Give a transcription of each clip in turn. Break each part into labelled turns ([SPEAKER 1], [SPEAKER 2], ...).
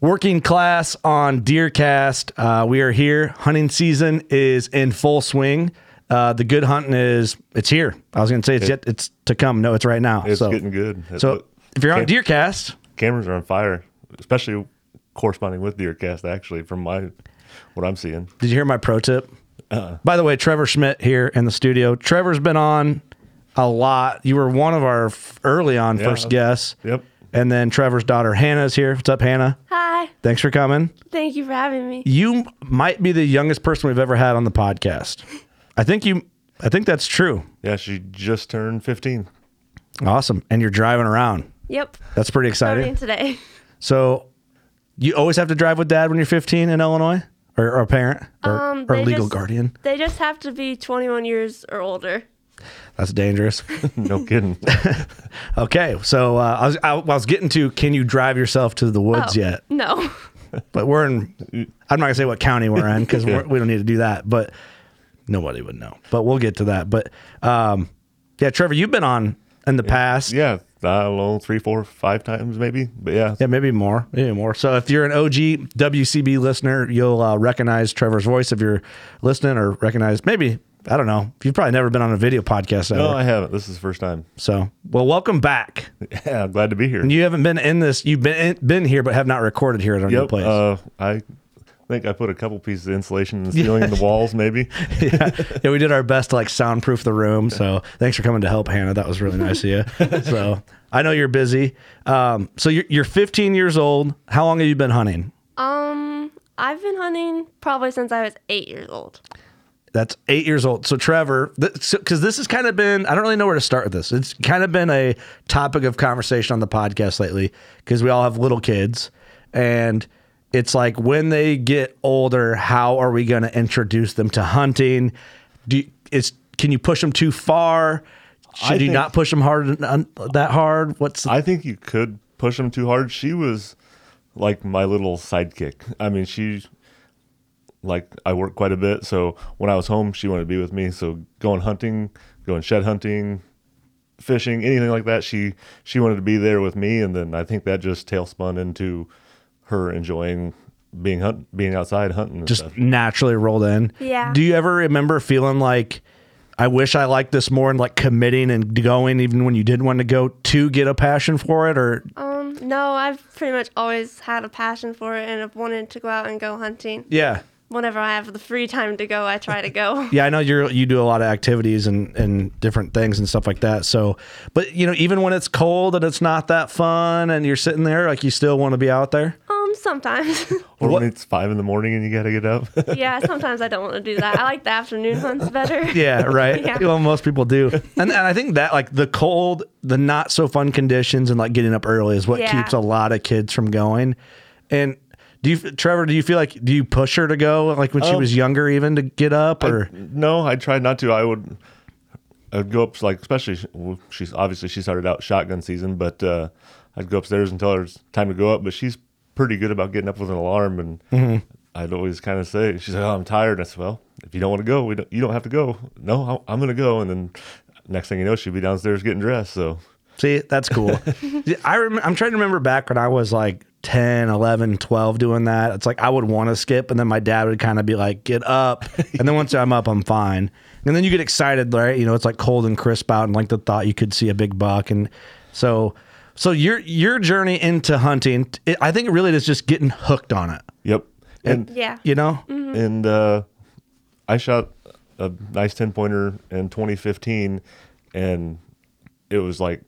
[SPEAKER 1] Working class on Deercast. Uh, we are here. Hunting season is in full swing. Uh, the good hunting is it's here. I was going to say it's yet it's to come. No, it's right now.
[SPEAKER 2] It's
[SPEAKER 1] so,
[SPEAKER 2] getting good. That's
[SPEAKER 1] So
[SPEAKER 2] what-
[SPEAKER 1] if you're on
[SPEAKER 2] Cam-
[SPEAKER 1] Deercast,
[SPEAKER 2] cameras are on fire, especially corresponding with DeerCast. Actually, from my what I'm seeing,
[SPEAKER 1] Did you hear my pro tip? By the way, Trevor Schmidt here in the studio. Trevor's been on a lot. You were one of our f- early on first guests.
[SPEAKER 2] Yep.
[SPEAKER 1] And then Trevor's daughter Hannah's here. What's up, Hannah?
[SPEAKER 3] Hi.
[SPEAKER 1] Thanks for coming.
[SPEAKER 3] Thank you for having me.
[SPEAKER 1] You might be the youngest person we've ever had on the podcast. I think you. I think that's true.
[SPEAKER 2] yeah, she just turned 15.
[SPEAKER 1] Awesome. And you're driving around.
[SPEAKER 3] Yep.
[SPEAKER 1] That's pretty exciting.
[SPEAKER 3] Starting today.
[SPEAKER 1] So, you always have to drive with dad when you're 15 in Illinois, or, or a parent, or, or
[SPEAKER 3] Um, they
[SPEAKER 1] legal
[SPEAKER 3] just-
[SPEAKER 1] guardian.
[SPEAKER 3] They just have to be 21 years or older.
[SPEAKER 1] That's dangerous.
[SPEAKER 2] No kidding.
[SPEAKER 1] Okay, so uh, I, was, I, was getting to can you drive yourself to the woods
[SPEAKER 3] Oh,
[SPEAKER 1] yet?
[SPEAKER 3] No.
[SPEAKER 1] But we're in, I'm not gonna say what county we're in because we're we don't need to do that. But nobody would know. But we'll get to that. But um, yeah, Trevor, you've been on in the past.
[SPEAKER 2] yeah, I don't know, three, four, five times maybe. But yeah,
[SPEAKER 1] Yeah, maybe more, maybe more. So if you're an OG WCB listener, you'll uh, recognize Trevor's voice if you're listening, or recognize maybe I don't know. You've probably never been on a video podcast ever.
[SPEAKER 2] no, I haven't. This is the first time.
[SPEAKER 1] so well, welcome back.
[SPEAKER 2] Yeah, I'm glad to be here.
[SPEAKER 1] You haven't been in this. You've been been here, but have not recorded here at our new
[SPEAKER 2] yep.
[SPEAKER 1] place.
[SPEAKER 2] Uh, I think I put a couple pieces of insulation in the ceiling and the walls, maybe.
[SPEAKER 1] yeah. yeah, we did our best to like soundproof the room. So thanks for coming to help, Hannah. That was really nice of you. So I know you're busy. Um, so you're, you're 15 years old. How long have you been hunting?
[SPEAKER 3] Um, I've been hunting probably since I was eight years old.
[SPEAKER 1] That's eight years old. So Trevor, because this has kind of been, I don't really know where to start with this. It's kind of been a topic of conversation on the podcast lately because we all have little kids, and it's like when they get older, how are we going to introduce them to hunting? Do you, it's can you push them too far? Should
[SPEAKER 2] I
[SPEAKER 1] you
[SPEAKER 2] think-
[SPEAKER 1] not push them hard uh, that hard? What's the,
[SPEAKER 2] I think you could push them too hard. She was like my little sidekick. I mean, she like I work quite a bit, so when I was home, she wanted to be with me. So going hunting, going shed hunting, fishing, anything like that, she she wanted to be there with me, and then I think that just tailspun into her enjoying being hunt being outside hunting. And
[SPEAKER 1] just
[SPEAKER 2] stuff.
[SPEAKER 1] naturally rolled in.
[SPEAKER 3] Yeah.
[SPEAKER 1] Do you ever remember feeling like I wish I liked this more and like committing and going even when you didn't want to go to get a passion for it or
[SPEAKER 3] Um, no, I've pretty much always had a passion for it and have wanted to go out and go hunting.
[SPEAKER 1] yeah.
[SPEAKER 3] Whenever I have the free time to go, I try to go.
[SPEAKER 1] Yeah, I know you're you do a lot of activities and and different things and stuff like that. So, but you know, even when it's cold and it's not that fun and you're sitting there like you still want to be out there.
[SPEAKER 3] um, sometimes.
[SPEAKER 2] Or
[SPEAKER 1] What-
[SPEAKER 2] when it's five in the morning and you got to get up.
[SPEAKER 3] yeah, sometimes I don't want to do that. I like the afternoon ones better.
[SPEAKER 1] Yeah, right.
[SPEAKER 3] Yeah.
[SPEAKER 1] Well, most people do. And, and I think that like the cold, the not so fun conditions and like getting up early is what
[SPEAKER 3] Yeah.
[SPEAKER 1] keeps a lot of kids from going. And do you Trevor, do you feel like do you push her to go like when she was younger even to get up or
[SPEAKER 2] no, I tried not to. I would I'd go up like especially sh- well, she's obviously she started out shotgun season, but uh, I'd go upstairs and tell her it's time to go up. But she's pretty good about getting up with an alarm, and I'd always kind of say she's like, "Oh, I'm tired." I said, "Well, if you don't want to go, we don't, you don't have to go." No, I- I'm going to go, and then next thing you know, she'd be downstairs getting dressed. So
[SPEAKER 1] See, that's cool. I rem- I'm trying to remember back when I was like 10, 11, 12 doing that. It's like I would want to skip and then my dad would kind of be like, "Get up." And then once I'm up, I'm fine. And then you get excited, right? You know, it's like cold and crisp out and like the thought you could see a big buck and so so your your journey into hunting, it, I think it really is just getting hooked on it,
[SPEAKER 2] yep, and
[SPEAKER 3] Yeah.
[SPEAKER 1] you know?
[SPEAKER 2] and uh, I shot a nice ten pointer in 2015, and it was like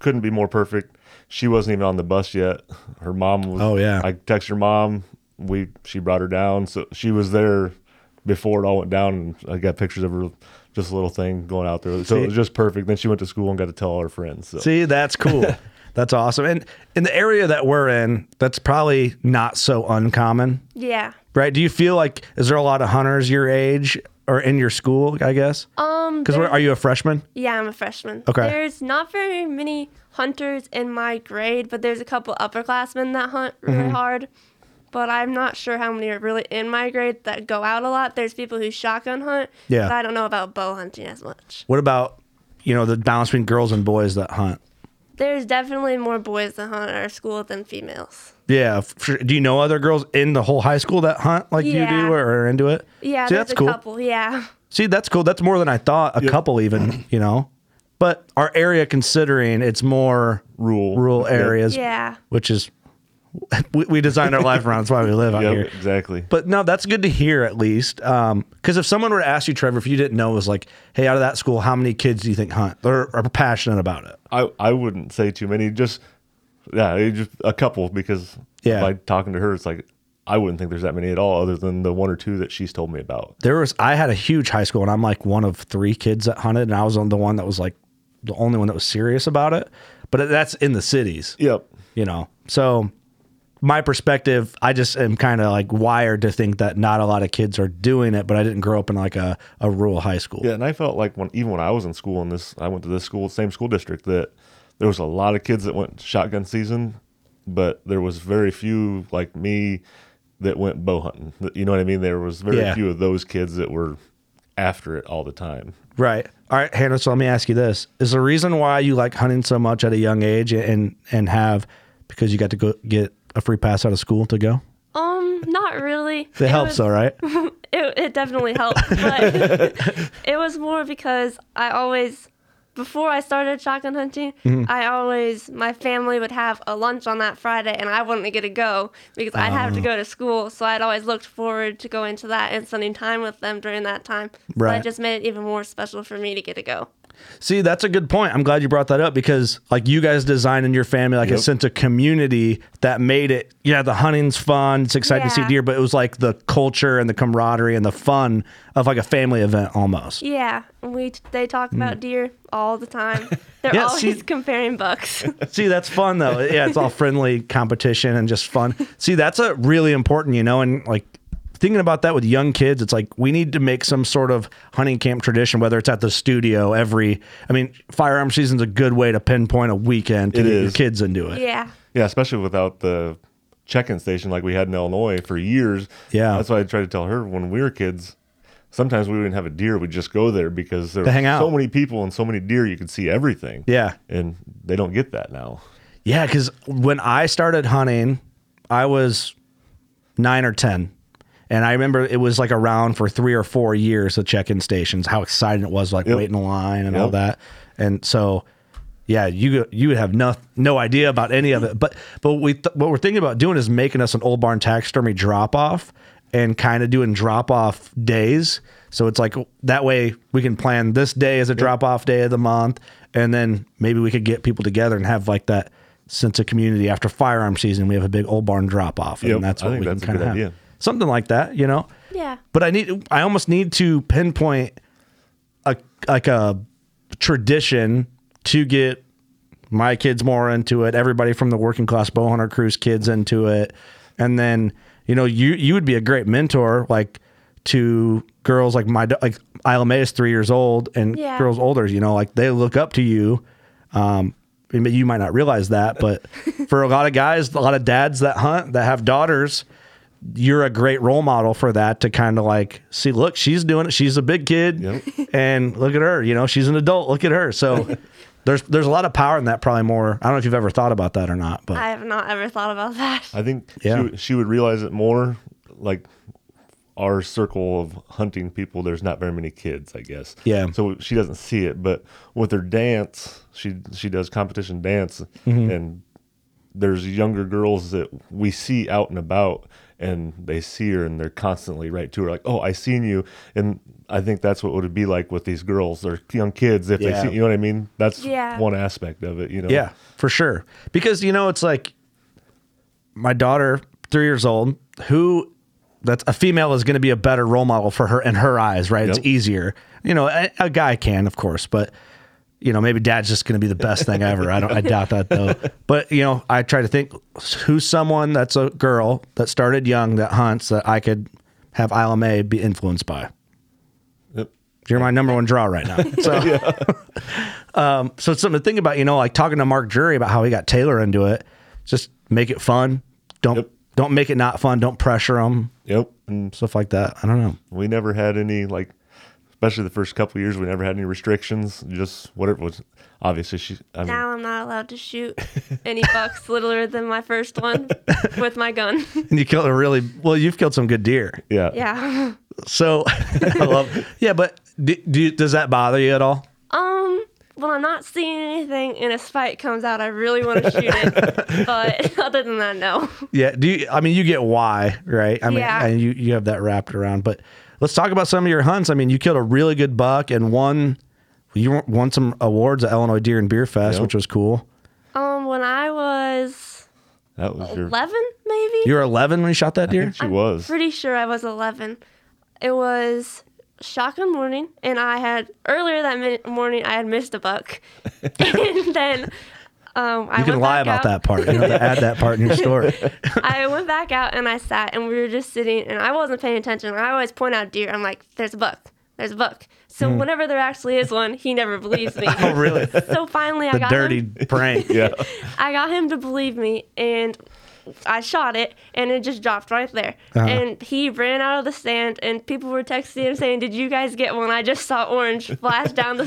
[SPEAKER 2] couldn't be more perfect. She wasn't even on the bus yet. Her mom was.
[SPEAKER 1] Oh, yeah.
[SPEAKER 2] I texted her mom. We she brought her down, so she was there before it all went down. And I got pictures of her, just a little thing going out there. So it was just perfect. Then she went to school and got to tell all her friends. So.
[SPEAKER 1] See, that's cool. that's awesome. And in the area that we're in, that's probably not so uncommon.
[SPEAKER 3] Yeah.
[SPEAKER 1] right? Do you feel like is there a lot of hunters your age or in your school? I guess
[SPEAKER 3] Um.
[SPEAKER 1] because
[SPEAKER 3] there-
[SPEAKER 1] are you a freshman?
[SPEAKER 3] Yeah, I'm a freshman.
[SPEAKER 1] Okay.
[SPEAKER 3] There's not very many hunters in my grade, but there's a couple upperclassmen that hunt really
[SPEAKER 1] Mm-hmm.
[SPEAKER 3] hard. But I'm not sure how many are really in my grade that go out a lot. There's people who shotgun hunt.
[SPEAKER 1] Yeah.
[SPEAKER 3] But I don't know about bow hunting as much.
[SPEAKER 1] What about you know the balance between girls and boys that hunt?
[SPEAKER 3] There's definitely more boys that hunt at our school than females.
[SPEAKER 1] Yeah, f- sure. do you know other girls in the whole high school that hunt like you
[SPEAKER 3] Yeah.
[SPEAKER 1] do or are into it?
[SPEAKER 3] Yeah,
[SPEAKER 1] See,
[SPEAKER 3] there's
[SPEAKER 1] that's
[SPEAKER 3] a
[SPEAKER 1] cool.
[SPEAKER 3] couple. Yeah.
[SPEAKER 1] See, that's cool. That's more than I thought. A couple even, you know. But our area, considering it's more
[SPEAKER 2] Rural.
[SPEAKER 1] rural
[SPEAKER 2] Yep.
[SPEAKER 1] areas,
[SPEAKER 3] Yeah.
[SPEAKER 1] which is we, we designed our life around. That's why we live out
[SPEAKER 2] Yep,
[SPEAKER 1] here.
[SPEAKER 2] exactly.
[SPEAKER 1] But no, that's good to hear at least. Because if someone were to ask you, Trevor, if you didn't know, it was like, hey, out of that school, how many kids do you think hunt or are passionate about it?
[SPEAKER 2] I I wouldn't say too many. Just yeah, it just a couple because
[SPEAKER 1] Yeah.
[SPEAKER 2] by talking to her, it's like I wouldn't think there's that many at all, other than the one or two that she's told me about.
[SPEAKER 1] There was, I had a huge high school and I'm like one of three kids that hunted, and I was on the one that was like the only one that was serious about it. But that's in the cities,
[SPEAKER 2] Yep.
[SPEAKER 1] you know? So my perspective, I just am kind of like wired to think that not a lot of kids are doing it, but I didn't grow up in like a, a rural high school.
[SPEAKER 2] Yeah, and I felt like when even when I was in school in this, I went to this school, same school district, that there was a lot of kids that went shotgun season, but there was very few like me that went bow hunting. You know what I mean? There was very
[SPEAKER 1] Yeah.
[SPEAKER 2] few of those kids that were after it all the time.
[SPEAKER 1] Right. All right, Hannah. So let me ask you this: Is the reason why you like hunting so much at a young age and and have because you got to go get a free pass out of school to go?
[SPEAKER 3] Um, not really.
[SPEAKER 1] It, helps,
[SPEAKER 3] was-
[SPEAKER 1] though, right?
[SPEAKER 3] it, it definitely helped but it was more because i always before i started shotgun hunting
[SPEAKER 1] Mm-hmm.
[SPEAKER 3] i always my family would have a lunch on that friday and i wouldn't get to go because i'd have
[SPEAKER 1] Ah.
[SPEAKER 3] to go to school so i'd always looked forward to going to that and spending time with them during that time so
[SPEAKER 1] Right.
[SPEAKER 3] it just made it even more special for me to get to go
[SPEAKER 1] See, that's a good point. I'm glad you brought that up because like you guys designed in your family like a
[SPEAKER 2] Yep.
[SPEAKER 1] sense of community that made it. Yeah, the hunting's fun. It's exciting to see
[SPEAKER 3] Yeah.
[SPEAKER 1] deer, but it was like the culture and the camaraderie and the fun of like a family event almost.
[SPEAKER 3] yeah we they talk about deer all the time they're
[SPEAKER 1] Mm. Yeah,
[SPEAKER 3] always
[SPEAKER 1] see-
[SPEAKER 3] comparing bucks
[SPEAKER 1] See, that's fun though. Yeah, it's all friendly competition and just fun. See, that's a really important, you know, and like thinking about that with young kids, it's like we need to make some sort of hunting camp tradition, whether it's at the studio every I mean, firearm season's a good way to pinpoint a weekend to
[SPEAKER 2] It
[SPEAKER 1] get your
[SPEAKER 2] is.
[SPEAKER 1] kids into it.
[SPEAKER 3] yeah
[SPEAKER 2] Yeah, especially without the check-in station like we had in Illinois for years.
[SPEAKER 1] Yeah.
[SPEAKER 2] that's why I tried to tell her when we were kids. Sometimes we wouldn't have a deer; we'd just go there because there were
[SPEAKER 1] hang out.
[SPEAKER 2] so many people and so many deer. You could see everything.
[SPEAKER 1] Yeah.
[SPEAKER 2] and they don't get that now.
[SPEAKER 1] Yeah, because when I started hunting, I was nine or 10. And I remember it was like around for three or four years the check in stations, how exciting it was, like
[SPEAKER 2] Yep.
[SPEAKER 1] waiting in line and all
[SPEAKER 2] Yep.
[SPEAKER 1] that. And so, yeah, you you would have no, no idea about any of it. But but we th- what we're thinking about doing is making us an old barn taxidermy drop off and kind of doing drop off days. So it's like that way we can plan this day as a drop off day of the month. And then maybe we could get people together and have like that sense of community after firearm season. We have a big old barn drop off, and
[SPEAKER 2] Yep,
[SPEAKER 1] that's
[SPEAKER 2] I
[SPEAKER 1] what
[SPEAKER 2] think
[SPEAKER 1] we
[SPEAKER 2] that's a
[SPEAKER 1] can kind
[SPEAKER 2] good
[SPEAKER 1] of have.
[SPEAKER 2] idea.
[SPEAKER 1] Something like that, you know.
[SPEAKER 3] Yeah.
[SPEAKER 1] But I need, I almost need to pinpoint a like a tradition to get my kids more into it. Everybody from the working class bow hunter cruise kids into it, and then you know you you would be a great mentor like to girls like my da- like Isla May is three years old and
[SPEAKER 3] Yeah.
[SPEAKER 1] girls older. You know like they look up to you. Um, I mean, you might not realize that, but for a lot of guys, a lot of dads that hunt that have daughters, you're a great role model for that to kind of like see, look, she's doing it. She's a big kid,
[SPEAKER 2] Yep.
[SPEAKER 1] and look at her. You know, she's an adult. Look at her. So there's there's a lot of power in that. Probably more. I don't know if you've ever thought about that or not, but
[SPEAKER 3] I have not ever thought about that.
[SPEAKER 2] I think
[SPEAKER 1] Yeah.
[SPEAKER 2] she, would- she would realize it more. Like our circle of hunting people, there's not very many kids, I guess.
[SPEAKER 1] Yeah.
[SPEAKER 2] So she doesn't see it, but with her dance, she she does competition dance,
[SPEAKER 1] Mm-hmm.
[SPEAKER 2] and there's younger girls that we see out and about, and they see her, and they're constantly right to her, like, "Oh, I seen you," and I think that's what it would be like with these girls. They're young kids if
[SPEAKER 1] Yeah.
[SPEAKER 2] they see, you know what I mean. That's
[SPEAKER 3] Yeah.
[SPEAKER 2] one aspect of it, you know.
[SPEAKER 1] yeah, for sure. Because you know, it's like my daughter, three years old, who that's a female is going to be a better role model for her in her eyes, right? It's
[SPEAKER 2] Yep.
[SPEAKER 1] easier. You know, a, a guy can, of course, but you know, maybe dad's just going to be the best thing ever. I don't, I doubt that though. But you know, I try to think who's someone that's a girl that started young that hunts that I could have Isla May be influenced by.
[SPEAKER 2] Yep.
[SPEAKER 1] You're my number one draw right now. So, um, so it's something to think about. You know, like talking to Mark Drury about how he got Taylor into it. Just make it fun. Don't
[SPEAKER 2] Yep.
[SPEAKER 1] don't make it not fun. Don't pressure them.
[SPEAKER 2] Yep. And
[SPEAKER 1] Stuff like that. I don't know.
[SPEAKER 2] We never had any like, especially the first couple of years. We never had any restrictions. Just whatever was. Obviously, she. I mean,
[SPEAKER 3] Now I'm not allowed to shoot any bucks littler than my first one with my gun.
[SPEAKER 1] And you killed a really well. You've killed some good deer.
[SPEAKER 2] yeah.
[SPEAKER 3] yeah.
[SPEAKER 1] So, I love. Yeah, but do, do you, does that bother you at all?
[SPEAKER 3] Um, when I'm not seeing anything and a spike comes out, I really want to shoot it. but other than that, no.
[SPEAKER 1] Yeah. Do you? I mean, you get why, right? I mean,
[SPEAKER 3] Yeah.
[SPEAKER 1] and you you have that wrapped around. But let's talk about some of your hunts. I mean, you killed a really good buck and won. You won some awards at Illinois Deer and Beer Fest,
[SPEAKER 2] Yep.
[SPEAKER 1] which was cool.
[SPEAKER 3] Um, when I was
[SPEAKER 2] That was your.
[SPEAKER 3] 11, maybe?
[SPEAKER 1] You were 11 when you shot that
[SPEAKER 2] I
[SPEAKER 1] deer.
[SPEAKER 2] think she was.
[SPEAKER 3] pretty sure I was 11. It was shotgun morning, and I had earlier that min- morning I had missed a buck, and then um, I
[SPEAKER 1] You can
[SPEAKER 3] went
[SPEAKER 1] lie
[SPEAKER 3] back
[SPEAKER 1] about that
[SPEAKER 3] out.
[SPEAKER 1] part. You don't have to add that part in your story.
[SPEAKER 3] I went back out and I sat, and we were just sitting, and I wasn't paying attention. I always point out deer. I'm like, "There's a buck. There's a buck." So
[SPEAKER 2] Hmm.
[SPEAKER 3] whenever there actually is one, he never believes me. oh,
[SPEAKER 1] really?
[SPEAKER 3] So finally, I
[SPEAKER 1] The
[SPEAKER 3] got
[SPEAKER 1] dirty
[SPEAKER 3] him.
[SPEAKER 1] prank.
[SPEAKER 2] yeah.
[SPEAKER 3] I got him to believe me, and I shot it, and it just dropped right there.
[SPEAKER 2] Uh-huh.
[SPEAKER 3] And he ran out of the stand, and people were texting him saying, "Did you guys get one?" I just saw orange flash down the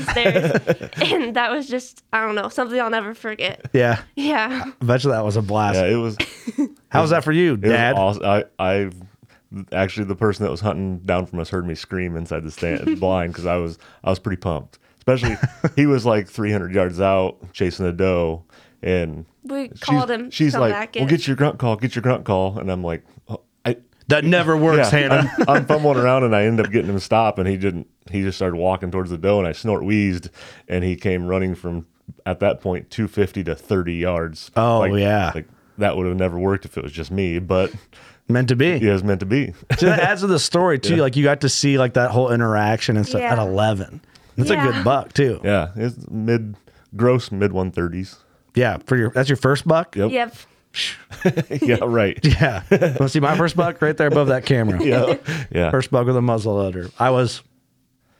[SPEAKER 3] stairs, and that was just I don't know something I'll never forget.
[SPEAKER 1] Yeah.
[SPEAKER 3] Yeah,
[SPEAKER 1] I bet you that was a blast.
[SPEAKER 2] Yeah. It was.
[SPEAKER 1] How was that for you,
[SPEAKER 2] It
[SPEAKER 1] Dad?
[SPEAKER 2] was awesome. I. I. Actually, the person that was hunting down from us heard me scream inside the stand blind because I was I was pretty pumped. Especially, he was like 300 yards out chasing a doe, and
[SPEAKER 3] we
[SPEAKER 2] she's-
[SPEAKER 3] called him.
[SPEAKER 2] She's
[SPEAKER 3] come
[SPEAKER 2] like,
[SPEAKER 3] back
[SPEAKER 2] "Well,
[SPEAKER 3] and-
[SPEAKER 2] get your grunt call, get your grunt call," and I'm like, oh, "I
[SPEAKER 1] That never works, Hannah.
[SPEAKER 2] I'm, I'm fumbling around and I end up getting him to stop, and he didn't. He just started walking towards the doe, and I snort wheezed, and he came running from at that point 250 to 30 yards.
[SPEAKER 1] Oh, yeah.
[SPEAKER 2] like that would have never worked if it was just me, but
[SPEAKER 1] Meant to be.
[SPEAKER 2] yeah, it was meant to be.
[SPEAKER 1] So that adds to the story too. Like you got to see like that whole interaction and stuff
[SPEAKER 3] Yeah.
[SPEAKER 1] at eleven. That's a
[SPEAKER 3] Yeah.
[SPEAKER 1] good buck too. Yeah.
[SPEAKER 2] yeah, it's mid gross mid 130s.
[SPEAKER 1] for your that's your first buck.
[SPEAKER 2] Yep.
[SPEAKER 3] Yep.
[SPEAKER 2] yeah, right.
[SPEAKER 1] Yeah. Want to see my first buck right there above that camera?
[SPEAKER 2] Yeah, yeah.
[SPEAKER 1] First buck with a muzzle loader. I was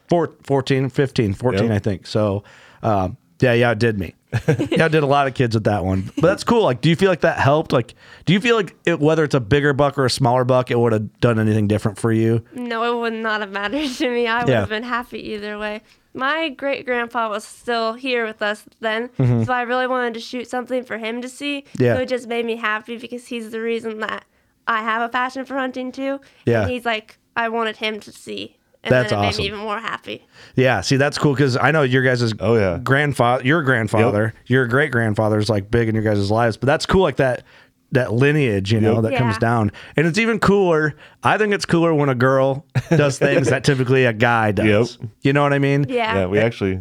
[SPEAKER 1] four, 14, 15, 14,
[SPEAKER 2] Yep.
[SPEAKER 1] I think. So, um, yeah, yeah, it did me. yeah, it did a lot of kids with that one. But that's cool. Like, do you feel like that helped? Like, do you feel like it, whether it's a bigger buck or a smaller buck, it would have done anything different for you?
[SPEAKER 3] No, it would not have mattered to me. I would
[SPEAKER 1] Yeah.
[SPEAKER 3] have been happy either way. My great grandpa was still here with us then, so I really wanted to shoot something for him to see.
[SPEAKER 1] Mm-hmm. Yeah.
[SPEAKER 3] So it just made me happy because he's the reason that I have a passion for hunting too.
[SPEAKER 1] Yeah.
[SPEAKER 3] And he's like, I wanted him to see. And
[SPEAKER 1] That's
[SPEAKER 3] then it
[SPEAKER 1] awesome.
[SPEAKER 3] made me even more happy.
[SPEAKER 1] Yeah, see, that's cool because I know your guys'
[SPEAKER 2] Oh, yeah.
[SPEAKER 1] grandfather, your grandfather, your great grandfather's like big in your guys' lives, but that's cool, like that that lineage, you know,
[SPEAKER 2] Yep.
[SPEAKER 1] that comes
[SPEAKER 3] Yeah.
[SPEAKER 1] down, and it's even cooler. I think it's cooler when a girl does things that typically a guy does.
[SPEAKER 2] Yep.
[SPEAKER 1] You know what I mean?
[SPEAKER 3] Yeah.
[SPEAKER 2] Yeah, we actually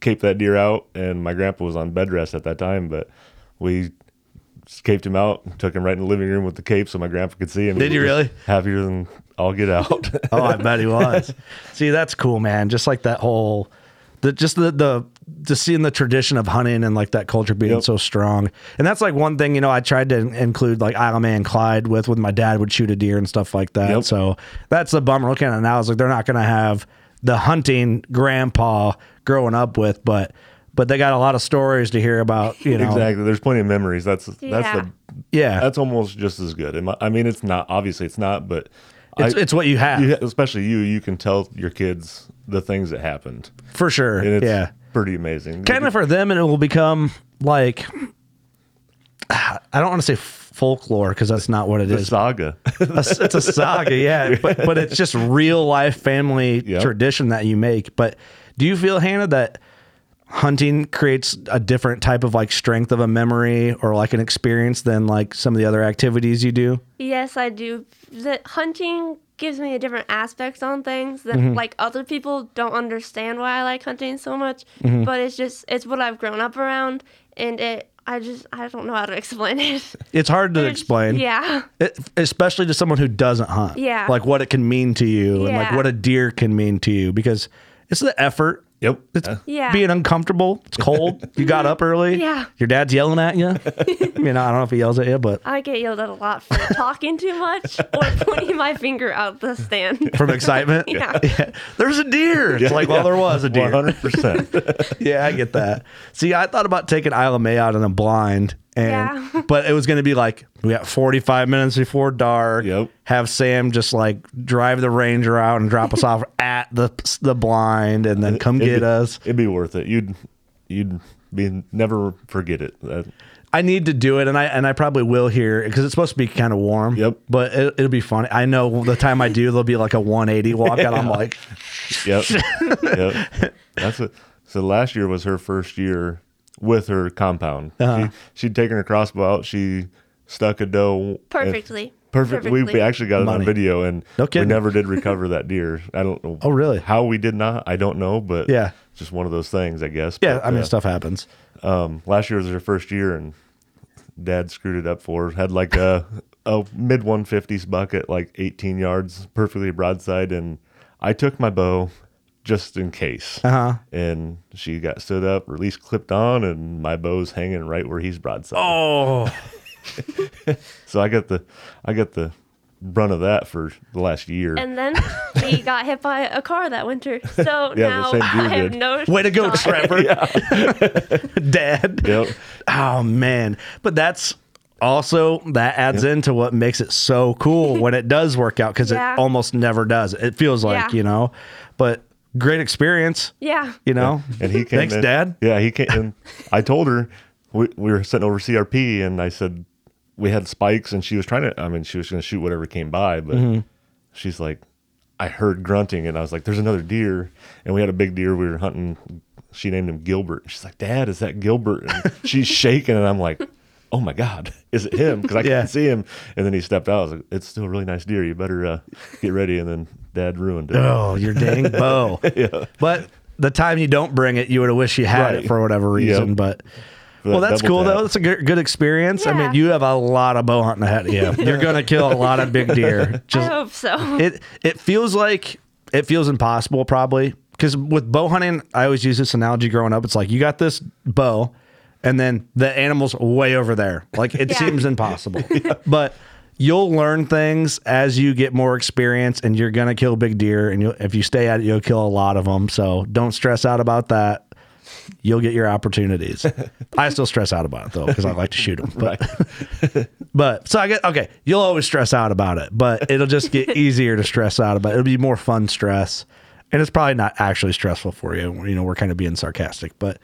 [SPEAKER 2] caped that deer out, and my grandpa was on bed rest at that time, but we just caped him out, and took him right in the living room with the cape so my grandpa could see him.
[SPEAKER 1] Did you
[SPEAKER 2] He was
[SPEAKER 1] really?
[SPEAKER 2] Happier than all get out.
[SPEAKER 1] Oh, I bet he was. See, that's cool, man. Just like that whole, the just the the just seeing the tradition of hunting and like that culture being
[SPEAKER 2] Yep.
[SPEAKER 1] so strong. And that's like one thing you know I tried to in- include like Isle of Man Clyde with when my dad would shoot a deer and stuff like that.
[SPEAKER 2] Yep.
[SPEAKER 1] So that's the bummer looking at it now is like they're not gonna have the hunting grandpa growing up with, but but they got a lot of stories to hear about. You know,
[SPEAKER 2] exactly. There's plenty of memories. That's that's
[SPEAKER 3] Yeah.
[SPEAKER 2] the
[SPEAKER 1] yeah,
[SPEAKER 2] that's almost just as good. In my- I mean, it's not obviously it's not, but
[SPEAKER 1] it's
[SPEAKER 2] I,
[SPEAKER 1] it's what you have
[SPEAKER 2] you, especially you, you can tell your kids the things that happened,
[SPEAKER 1] for sure.
[SPEAKER 2] and it's
[SPEAKER 1] yeah,
[SPEAKER 2] pretty amazing.
[SPEAKER 1] kind of for them and it will become like i don't want to say folklore because that's not what it
[SPEAKER 2] the
[SPEAKER 1] is
[SPEAKER 2] saga.
[SPEAKER 1] it's it's a saga yeah but, but it's just real life family
[SPEAKER 2] Yep.
[SPEAKER 1] tradition that you make but do you feel hannah that hunting creates a different type of like strength of a memory or like an experience than like some of the other activities you do
[SPEAKER 3] Yes, I do. The hunting gives me a different aspect on things that like other people don't understand why I like hunting so much. But it's just it's what I've grown up around, and it I just I don't know how to explain it.
[SPEAKER 1] it's hard to explain
[SPEAKER 3] Yeah.
[SPEAKER 1] It, especially to someone who doesn't hunt.
[SPEAKER 3] Yeah.
[SPEAKER 1] Like what it can mean to you and like
[SPEAKER 3] Yeah.
[SPEAKER 1] what a deer can mean to you because it's the effort.
[SPEAKER 2] Yep.
[SPEAKER 1] It's
[SPEAKER 3] Yeah.
[SPEAKER 1] being uncomfortable. It's cold. you got up early.
[SPEAKER 3] Yeah.
[SPEAKER 1] Your dad's yelling at you. I mean, I don't know if he yells at you, but
[SPEAKER 3] I get yelled at a lot for talking too much or pointing my finger out the stand.
[SPEAKER 1] from excitement.
[SPEAKER 3] Yeah.
[SPEAKER 1] There's a deer. It's like, well, there was a
[SPEAKER 2] One
[SPEAKER 1] deer.
[SPEAKER 2] hundred percent.
[SPEAKER 1] yeah, I get that. See, I thought about taking Isla May out in a blind, and
[SPEAKER 3] Yeah.
[SPEAKER 1] but it was going to be like we got 45 minutes before dark.
[SPEAKER 2] Yep.
[SPEAKER 1] Have Sam just like drive the Ranger out and drop us off at the the blind, and then come
[SPEAKER 2] It'd
[SPEAKER 1] get
[SPEAKER 2] be-
[SPEAKER 1] us.
[SPEAKER 2] It'd be worth it. You'd you'd be never forget it. That,
[SPEAKER 1] I need to do it, and I and I probably will here because it's supposed to be kind of warm.
[SPEAKER 2] Yep.
[SPEAKER 1] But it, it'll be funny. I know the time I do, there'll be like a 180 walk, and I'm like,
[SPEAKER 2] yep. yep. That's it. So last year was her first year with her compound.
[SPEAKER 1] Uh-huh.
[SPEAKER 2] She, she'd taken her crossbow out. She stuck a doe and-
[SPEAKER 3] Perfectly.
[SPEAKER 2] Perfect. We, we
[SPEAKER 3] Perfectly.
[SPEAKER 2] actually got it
[SPEAKER 1] Money.
[SPEAKER 2] on video, and
[SPEAKER 1] No
[SPEAKER 2] we
[SPEAKER 1] kidding.
[SPEAKER 2] never did recover that deer. I don't know.
[SPEAKER 1] Oh, really?
[SPEAKER 2] How we did not, I don't know. But
[SPEAKER 1] Yeah.
[SPEAKER 2] it's just one of those things, I guess.
[SPEAKER 1] yeah.
[SPEAKER 2] But,
[SPEAKER 1] I mean,
[SPEAKER 2] uh,
[SPEAKER 1] stuff happens.
[SPEAKER 2] um, last year was her first year, and Dad screwed it up for her. Had like a a mid one fifties bucket, like eighteen yards, perfectly broadside, and I took my bow just in case.
[SPEAKER 1] Uh-huh.
[SPEAKER 2] And she got stood up, release clipped on, and my bow's hanging right where he's broadside.
[SPEAKER 1] Oh,
[SPEAKER 2] So I got the I got the brunt of that for the last year.
[SPEAKER 3] And then we got hit by a car that winter. So
[SPEAKER 2] the
[SPEAKER 3] now
[SPEAKER 2] same dude
[SPEAKER 3] I have
[SPEAKER 2] did.
[SPEAKER 3] no
[SPEAKER 1] way to go,
[SPEAKER 3] shot.
[SPEAKER 1] Trevor. Dad.
[SPEAKER 2] yep.
[SPEAKER 1] Oh man, but that's also that adds into what makes it so cool when it does work out because
[SPEAKER 3] Yeah.
[SPEAKER 1] it almost never does. It feels like
[SPEAKER 3] Yeah.
[SPEAKER 1] you know, but great experience.
[SPEAKER 3] Yeah.
[SPEAKER 1] You know,
[SPEAKER 2] And he came
[SPEAKER 1] Thanks,
[SPEAKER 2] in-
[SPEAKER 1] Dad.
[SPEAKER 2] Yeah, he came. And I told her we, we were sitting over CRP, and I said we had spikes, and she was trying to. I mean, she was going to shoot whatever came by, but
[SPEAKER 1] Mm-hmm.
[SPEAKER 2] she's like, I heard grunting, and I was like, "There's another deer," and we had a big deer we were hunting. She named him Gilbert. She's like, "Dad, is that Gilbert?" And she's shaking, and I'm like. Oh my God! Is it him? Because I
[SPEAKER 1] Yeah.
[SPEAKER 2] couldn't see him, and then he stepped out. I was like, "It's still a really nice deer. You better uh, get ready." And then Dad ruined it.
[SPEAKER 1] Oh, your dang bow. But the time you don't bring it, you would have wished you had it
[SPEAKER 2] Right.
[SPEAKER 1] for whatever reason.
[SPEAKER 2] Yep.
[SPEAKER 1] But
[SPEAKER 2] For
[SPEAKER 1] well,
[SPEAKER 2] that
[SPEAKER 1] that's
[SPEAKER 2] double
[SPEAKER 1] cool
[SPEAKER 2] tap.
[SPEAKER 1] though. That's a good, good experience. I
[SPEAKER 3] Yeah.
[SPEAKER 1] mean, you have a lot of bow hunting ahead of you. You're gonna kill a lot of big deer.
[SPEAKER 3] I
[SPEAKER 1] Just
[SPEAKER 3] hope so.
[SPEAKER 1] it it feels like it feels impossible probably because with bow hunting i always use this analogy growing up it's like you got this bow and then the animal's way over there like it
[SPEAKER 3] Yeah.
[SPEAKER 1] seems impossible but you'll learn things as you get more experience and you're gonna kill big deer and you'll, if you stay at it you'll kill a lot of them so don't stress out about that you'll get your opportunities i still stress out about it though because i like to shoot them but
[SPEAKER 2] Right.
[SPEAKER 1] but so I guess okay, you'll always stress out about it, but it'll just get easier to stress out about. It. It'll be more fun stress, and it's probably not actually stressful for you. You know, we're kind of being sarcastic, but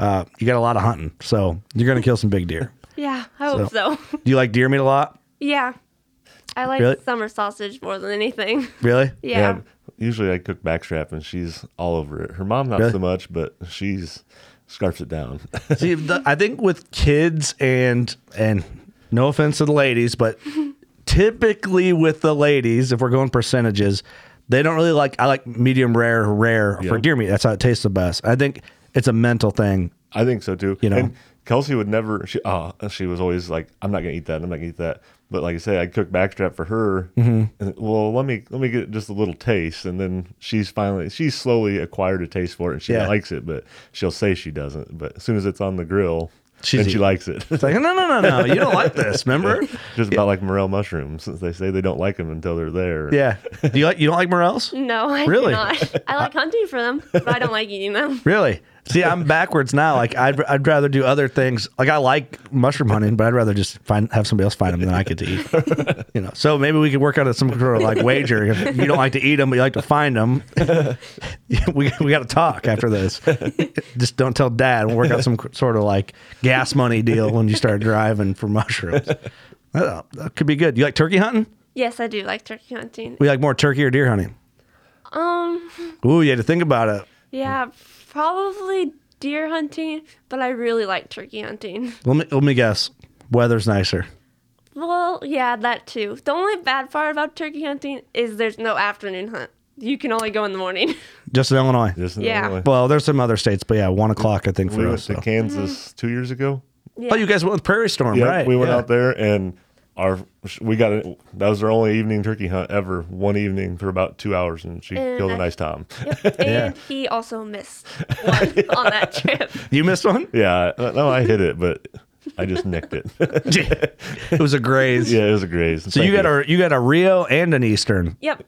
[SPEAKER 1] uh, you got a lot of hunting, so you're gonna kill some big deer.
[SPEAKER 3] Yeah, I hope so.
[SPEAKER 1] Do you like deer meat a lot?
[SPEAKER 3] Yeah. I like
[SPEAKER 1] Really?
[SPEAKER 3] summer sausage more than anything.
[SPEAKER 1] Really?
[SPEAKER 3] Yeah.
[SPEAKER 2] Usually I cook backstrap and she's all over it. Her mom not
[SPEAKER 1] Really?
[SPEAKER 2] so much, but she's scarfs it down.
[SPEAKER 1] See, the, I think with kids and and no offense to the ladies, but typically with the ladies, if we're going percentages, they don't really like. I like medium rare, rare for
[SPEAKER 2] Yep.
[SPEAKER 1] deer meat. That's how it tastes the best. I think it's a mental thing.
[SPEAKER 2] I think so too.
[SPEAKER 1] You know?
[SPEAKER 2] and Kelsey would never. She oh, she was always like, "I'm not gonna eat that. I'm not gonna eat that." But like I say, I cook backstrap for her.
[SPEAKER 1] Mm-hmm.
[SPEAKER 2] And, well, let me let me get just a little taste, and then she's finally she's slowly acquired a taste for it, and she
[SPEAKER 1] Yeah.
[SPEAKER 2] likes it. But she'll say she doesn't. But as soon as it's on the grill,
[SPEAKER 1] She's
[SPEAKER 2] then she
[SPEAKER 1] eating.
[SPEAKER 2] likes it.
[SPEAKER 1] It's like, no, no, no, no. You don't like this, remember?
[SPEAKER 2] just about like morel mushrooms, since they say they don't like them until they're there.
[SPEAKER 1] Yeah. Do you like you don't like morels?
[SPEAKER 3] No, I
[SPEAKER 1] Really?
[SPEAKER 3] do not. I like hunting for them, but I don't like eating them.
[SPEAKER 1] Really? See, I'm backwards now. Like I'd I'd rather do other things. Like I like mushroom hunting, but I'd rather just find have somebody else find them than I get to eat. You know. So maybe we could work out some sort of like wager. If you don't like to eat them, but you like to find them, we we got to talk after this. Just don't tell dad. We'll work out some sort of like gas money deal when you start driving for mushrooms. That, that could be good. You like turkey hunting?
[SPEAKER 3] Yes, I do like turkey hunting.
[SPEAKER 1] We like more turkey or deer hunting?
[SPEAKER 3] Um,
[SPEAKER 1] Ooh, you had to think about it.
[SPEAKER 3] yeah, probably deer hunting, but I really like turkey hunting.
[SPEAKER 1] Let me let me guess. Weather's nicer.
[SPEAKER 3] Well, yeah, that too. The only bad part about turkey hunting is there's no afternoon hunt. You can only go in the morning.
[SPEAKER 1] Just in Illinois.
[SPEAKER 2] Just uh, in
[SPEAKER 3] Yeah.
[SPEAKER 2] Illinois.
[SPEAKER 1] Well, there's some other states, but yeah, one o'clock I think
[SPEAKER 2] we
[SPEAKER 1] for
[SPEAKER 2] went
[SPEAKER 1] us.
[SPEAKER 2] to
[SPEAKER 1] so.
[SPEAKER 2] Kansas
[SPEAKER 3] Mm.
[SPEAKER 2] two years ago.
[SPEAKER 3] Yeah.
[SPEAKER 1] Oh, you guys went with Prairie Storm,
[SPEAKER 2] Yeah,
[SPEAKER 1] right?
[SPEAKER 2] we went
[SPEAKER 1] yeah.
[SPEAKER 2] out there and our we got it. That was our only evening turkey hunt ever. One evening for about two hours, and she
[SPEAKER 3] And
[SPEAKER 2] killed a
[SPEAKER 3] I-
[SPEAKER 2] nice tom.
[SPEAKER 3] Yep. And he also missed one on that trip.
[SPEAKER 1] You missed one?
[SPEAKER 2] yeah, I- no, I hit it, but I just nicked it.
[SPEAKER 1] it was a graze.
[SPEAKER 2] yeah, it was a graze.
[SPEAKER 1] So you got a you got a Rio and an Eastern.
[SPEAKER 3] Yep.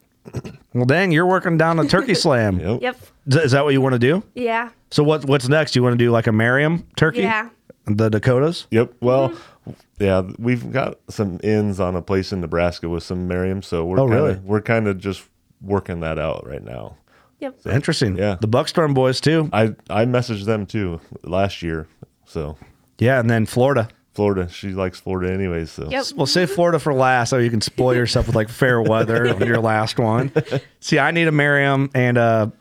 [SPEAKER 1] Well, dang, you're working down a Turkey Slam.
[SPEAKER 2] Yep.
[SPEAKER 3] Yep.
[SPEAKER 1] Is that- Is that what you want to do?
[SPEAKER 3] Yeah.
[SPEAKER 1] So what what's next? You want to do like a Merriam turkey?
[SPEAKER 3] Yeah.
[SPEAKER 1] The Dakotas.
[SPEAKER 2] Yep. Well,
[SPEAKER 3] Mm-hmm.
[SPEAKER 2] yeah, we've got some ins on a place in Nebraska with some Merriam, so we're
[SPEAKER 1] Oh,
[SPEAKER 2] kinda,
[SPEAKER 1] really?
[SPEAKER 2] we're kind of just working that out right now.
[SPEAKER 3] Yep.
[SPEAKER 1] Interesting.
[SPEAKER 2] Yeah.
[SPEAKER 1] The Buckstorm boys too.
[SPEAKER 2] I I messaged them too last year, so
[SPEAKER 1] Yeah, and then Florida.
[SPEAKER 2] Florida. She likes Florida anyways, so
[SPEAKER 3] Yep.
[SPEAKER 1] Well, save Florida for last, so you can spoil yourself with like fair weather on your last one. See, I need a Merriam and a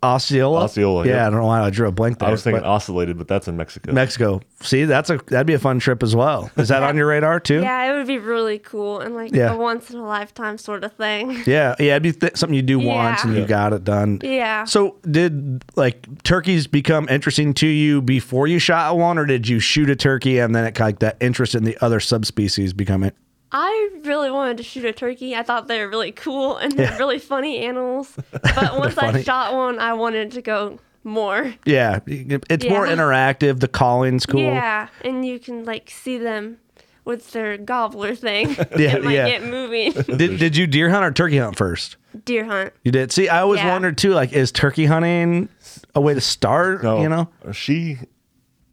[SPEAKER 1] Osceola.
[SPEAKER 2] Osceola,
[SPEAKER 1] Yeah,
[SPEAKER 2] yeah.
[SPEAKER 1] I don't know why I drew a blank there.
[SPEAKER 2] I was thinking
[SPEAKER 1] but
[SPEAKER 2] oscillated, but that's in Mexico.
[SPEAKER 1] Mexico. See, that's a that'd be a fun trip as well. Is that on your radar too?
[SPEAKER 3] Yeah, it would be really cool and like
[SPEAKER 1] Yeah.
[SPEAKER 3] a once in a lifetime sort of thing.
[SPEAKER 1] Yeah, yeah, it'd be th- something you do once
[SPEAKER 3] Yeah.
[SPEAKER 1] and you
[SPEAKER 2] Yeah.
[SPEAKER 1] got it done.
[SPEAKER 3] Yeah.
[SPEAKER 1] So, did like turkeys become interesting to you before you shot one, or did you shoot a turkey and then it kind of like that interest in the other subspecies become it?
[SPEAKER 3] I really wanted to shoot a turkey. I thought they were really cool and they're really funny animals. But once
[SPEAKER 1] funny.
[SPEAKER 3] I shot one, I wanted to go more.
[SPEAKER 1] Yeah, it's more
[SPEAKER 3] Yeah.
[SPEAKER 1] interactive. The calling's cool.
[SPEAKER 3] Yeah, and you can like see them with their gobbler thing.
[SPEAKER 1] Yeah,
[SPEAKER 3] it might
[SPEAKER 1] yeah.
[SPEAKER 3] get moving.
[SPEAKER 1] did, did you deer hunt or turkey hunt first?
[SPEAKER 3] Deer hunt.
[SPEAKER 1] You did. See, I always
[SPEAKER 3] Yeah.
[SPEAKER 1] wondered too, like, is turkey hunting a way to start?
[SPEAKER 2] No,
[SPEAKER 1] You know,
[SPEAKER 2] she.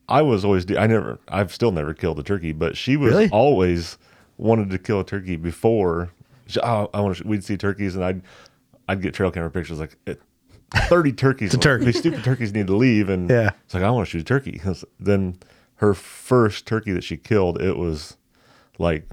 [SPEAKER 2] I was always. I never. I've still never killed a turkey, but she was
[SPEAKER 1] Really?
[SPEAKER 2] always wanted to kill a turkey before. She, oh, I want. to. We'd see turkeys, and I'd I'd get trail camera pictures like eh, thirty turkeys.
[SPEAKER 1] It's a turkey.
[SPEAKER 2] These stupid turkeys need to leave, and
[SPEAKER 1] Yeah.
[SPEAKER 2] it's like I want to shoot a turkey. Then her first turkey that she killed, it was like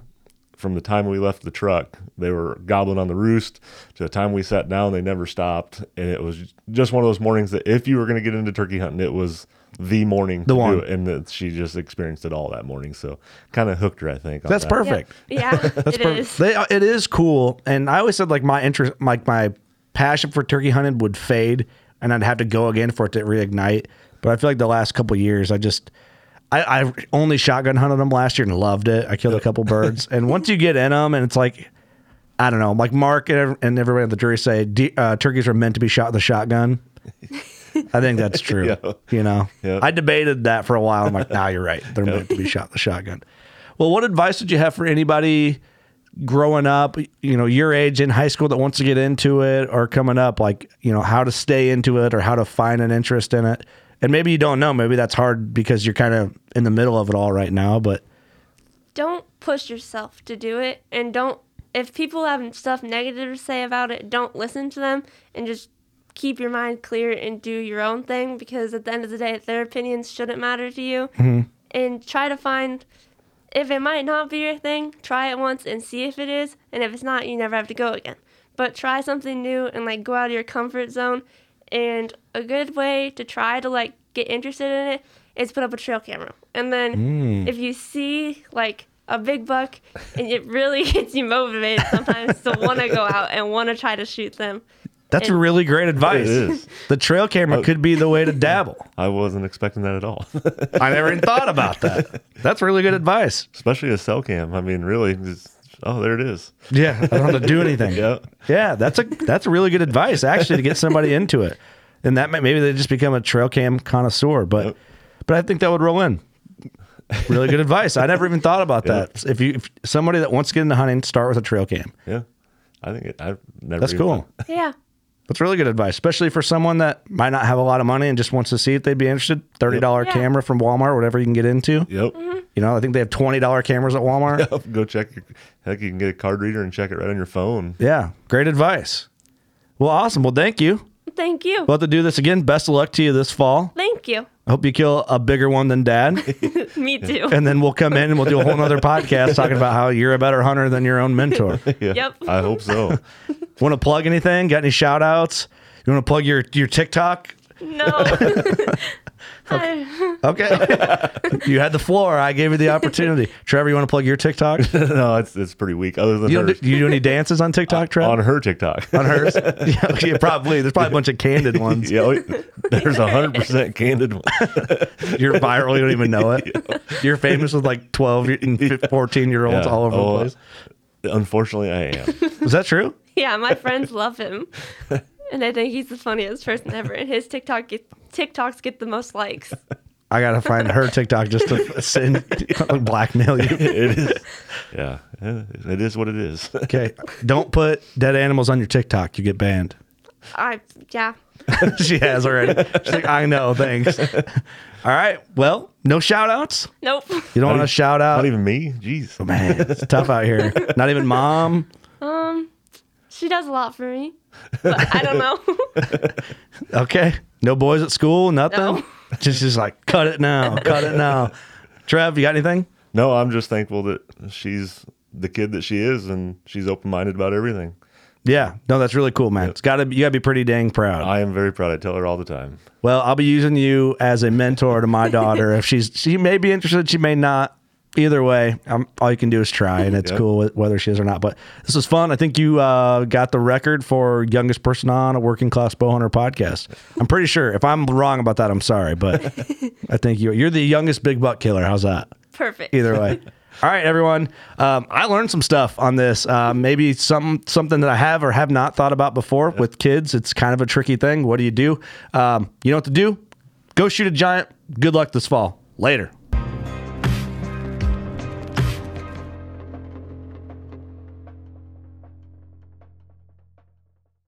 [SPEAKER 2] from the time we left the truck, they were gobbling on the roost to the time we sat down, they never stopped. And it was just one of those mornings that if you were going to get into turkey hunting, it was the morning.
[SPEAKER 1] The
[SPEAKER 2] to
[SPEAKER 1] one.
[SPEAKER 2] Do it. And that she just experienced it all that morning. So kind of hooked her, I think. on
[SPEAKER 1] that's
[SPEAKER 2] that.
[SPEAKER 1] perfect.
[SPEAKER 3] Yeah, it is.
[SPEAKER 1] They, it is cool, and I always said like my interest, like my passion for turkey hunting would fade, and I'd have to go again for it to reignite. But I feel like the last couple years, I just I, I only shotgun hunted them last year and loved it. I killed a couple birds, and once you get in them, and it's like I don't know, like Mark and, ev- and everybody at the jury say D, uh, turkeys are meant to be shot with a shotgun. I think that's true.
[SPEAKER 2] Yeah.
[SPEAKER 1] You know,
[SPEAKER 2] Yeah.
[SPEAKER 1] I debated that for a while. I'm like, nah, you're right. They're meant to be shot with a shotgun. Well, what advice would you have for anybody growing up, you know, your age in high school that wants to get into it or coming up, like, you know, how to stay into it or how to find an interest in it? And maybe you don't know. Maybe that's hard because you're kind of in the middle of it all right now. But
[SPEAKER 3] don't push yourself to do it and don't if people have stuff negative to say about it don't listen to them and just keep your mind clear and do your own thing because at the end of the day their opinions shouldn't matter to you and try to find if it might not be your thing try it once and see if it is and if it's not you never have to go again but try something new and like go out of your comfort zone and a good way to try to like get interested in it is put up a trail camera and then if you see like a big buck and it really gets you motivated sometimes to want to go out and want to try to shoot them
[SPEAKER 1] That's really great advice.
[SPEAKER 2] is. Oh.
[SPEAKER 1] The trail camera could be the way to dabble.
[SPEAKER 2] I wasn't expecting that at all,
[SPEAKER 1] I never even thought about that. That's really good advice.
[SPEAKER 2] especially a cell cam. I mean, really, just, oh, there it is.
[SPEAKER 1] Yeah, I don't have to do anything.
[SPEAKER 2] Yeah.
[SPEAKER 1] Yeah, that's a that's really good advice actually to get somebody into it, and that may, maybe they just become a trail cam connoisseur. But but I think that would roll in. Really good advice. I never even thought about that. If you if somebody that wants to get into hunting, start with a trail cam.
[SPEAKER 2] Yeah, I think it, I've never.
[SPEAKER 1] That's
[SPEAKER 2] even-
[SPEAKER 1] cool.
[SPEAKER 3] Yeah.
[SPEAKER 1] That's really good advice, especially for someone that might not have a lot of money and just wants to see if they'd be interested. Thirty dollar
[SPEAKER 3] Yeah.
[SPEAKER 1] camera from Walmart, whatever you can get into.
[SPEAKER 2] Yep.
[SPEAKER 1] You know, I think they have twenty dollar cameras at Walmart.
[SPEAKER 2] Go check your. Heck, you can get a card reader and check it right on your phone.
[SPEAKER 1] Yeah, great advice. Well, awesome. Well, thank you.
[SPEAKER 3] Thank you.
[SPEAKER 1] We'll have to do this again. Best of luck to you this fall.
[SPEAKER 3] Thank you.
[SPEAKER 1] I hope you kill a bigger one than dad.
[SPEAKER 3] Me too.
[SPEAKER 1] and then we'll come in and we'll do a whole nother podcast talking about how you're a better hunter than your own mentor.
[SPEAKER 2] Yeah,
[SPEAKER 3] Yep.
[SPEAKER 2] I hope so.
[SPEAKER 1] Want to plug anything? Got any shout outs? You want to plug your, your TikTok?
[SPEAKER 3] No. I-
[SPEAKER 1] Okay. you had the floor. I gave you the opportunity. Trevor, you want to plug your TikTok? You
[SPEAKER 2] no, it's it's pretty weak. Other than
[SPEAKER 1] don't
[SPEAKER 2] her,
[SPEAKER 1] do, you do any dances on TikTok,
[SPEAKER 2] on
[SPEAKER 1] Trevor?
[SPEAKER 2] her TikTok.
[SPEAKER 1] On hers? yeah, okay, probably. There's probably a bunch of candid ones.
[SPEAKER 2] yeah, oh, there's a hundred percent candid one.
[SPEAKER 1] You're viral. You don't even know it. You're famous with like 12 and 15, 14 year olds
[SPEAKER 2] Yeah.
[SPEAKER 1] all over the
[SPEAKER 2] Oh,
[SPEAKER 1] place.
[SPEAKER 2] Unfortunately, I am.
[SPEAKER 1] Is that true?
[SPEAKER 3] yeah, my friends love him. And I think he's the funniest person ever. And his TikTok get, TikToks get the most likes.
[SPEAKER 1] I gotta find her TikTok just to send like, blackmail you.
[SPEAKER 2] It is. Yeah, it is what it is.
[SPEAKER 1] Okay, don't put dead animals on your TikTok. You get banned.
[SPEAKER 3] I yeah.
[SPEAKER 1] she has already. She's like, I know. Thanks. All right. Well, no shout outs.
[SPEAKER 3] Nope.
[SPEAKER 1] You don't want to
[SPEAKER 2] even-
[SPEAKER 1] shout out.
[SPEAKER 2] Not e-, even me. Jeez.
[SPEAKER 1] Oh, Man, it's tough out here. Not even mom.
[SPEAKER 3] She does a lot for me. But I don't know.
[SPEAKER 1] Okay. No boys at school. Nothing.
[SPEAKER 3] No.
[SPEAKER 1] Just, just like cut it now. Cut it now. Trev, you got anything?
[SPEAKER 2] No, I'm just thankful that she's the kid that she is, and she's open minded about everything.
[SPEAKER 1] Yeah. No, that's really cool, man. It's gotta. be- You gotta be pretty dang proud.
[SPEAKER 2] I am very proud. I tell her all the time.
[SPEAKER 1] Well, I'll be using you as a mentor to my daughter. if she's she may be interested, she may not. Either way, i all you can do is try, and it's
[SPEAKER 2] Yep.
[SPEAKER 1] cool wh- whether she is or not. But this was fun. I think you uh, got the record for youngest person on a working class bow hunter podcast. I'm pretty sure. If I'm wrong about that, I'm sorry, but I think you you're the youngest big buck killer. How's that?
[SPEAKER 3] Perfect.
[SPEAKER 1] Either way. All right, everyone. Um, I learned some stuff on this. Uh, maybe some something that I have or have not thought about before with kids. It's kind of a tricky thing. What do you do? Um, you know what to do? Go shoot a giant. Good luck this fall. Later.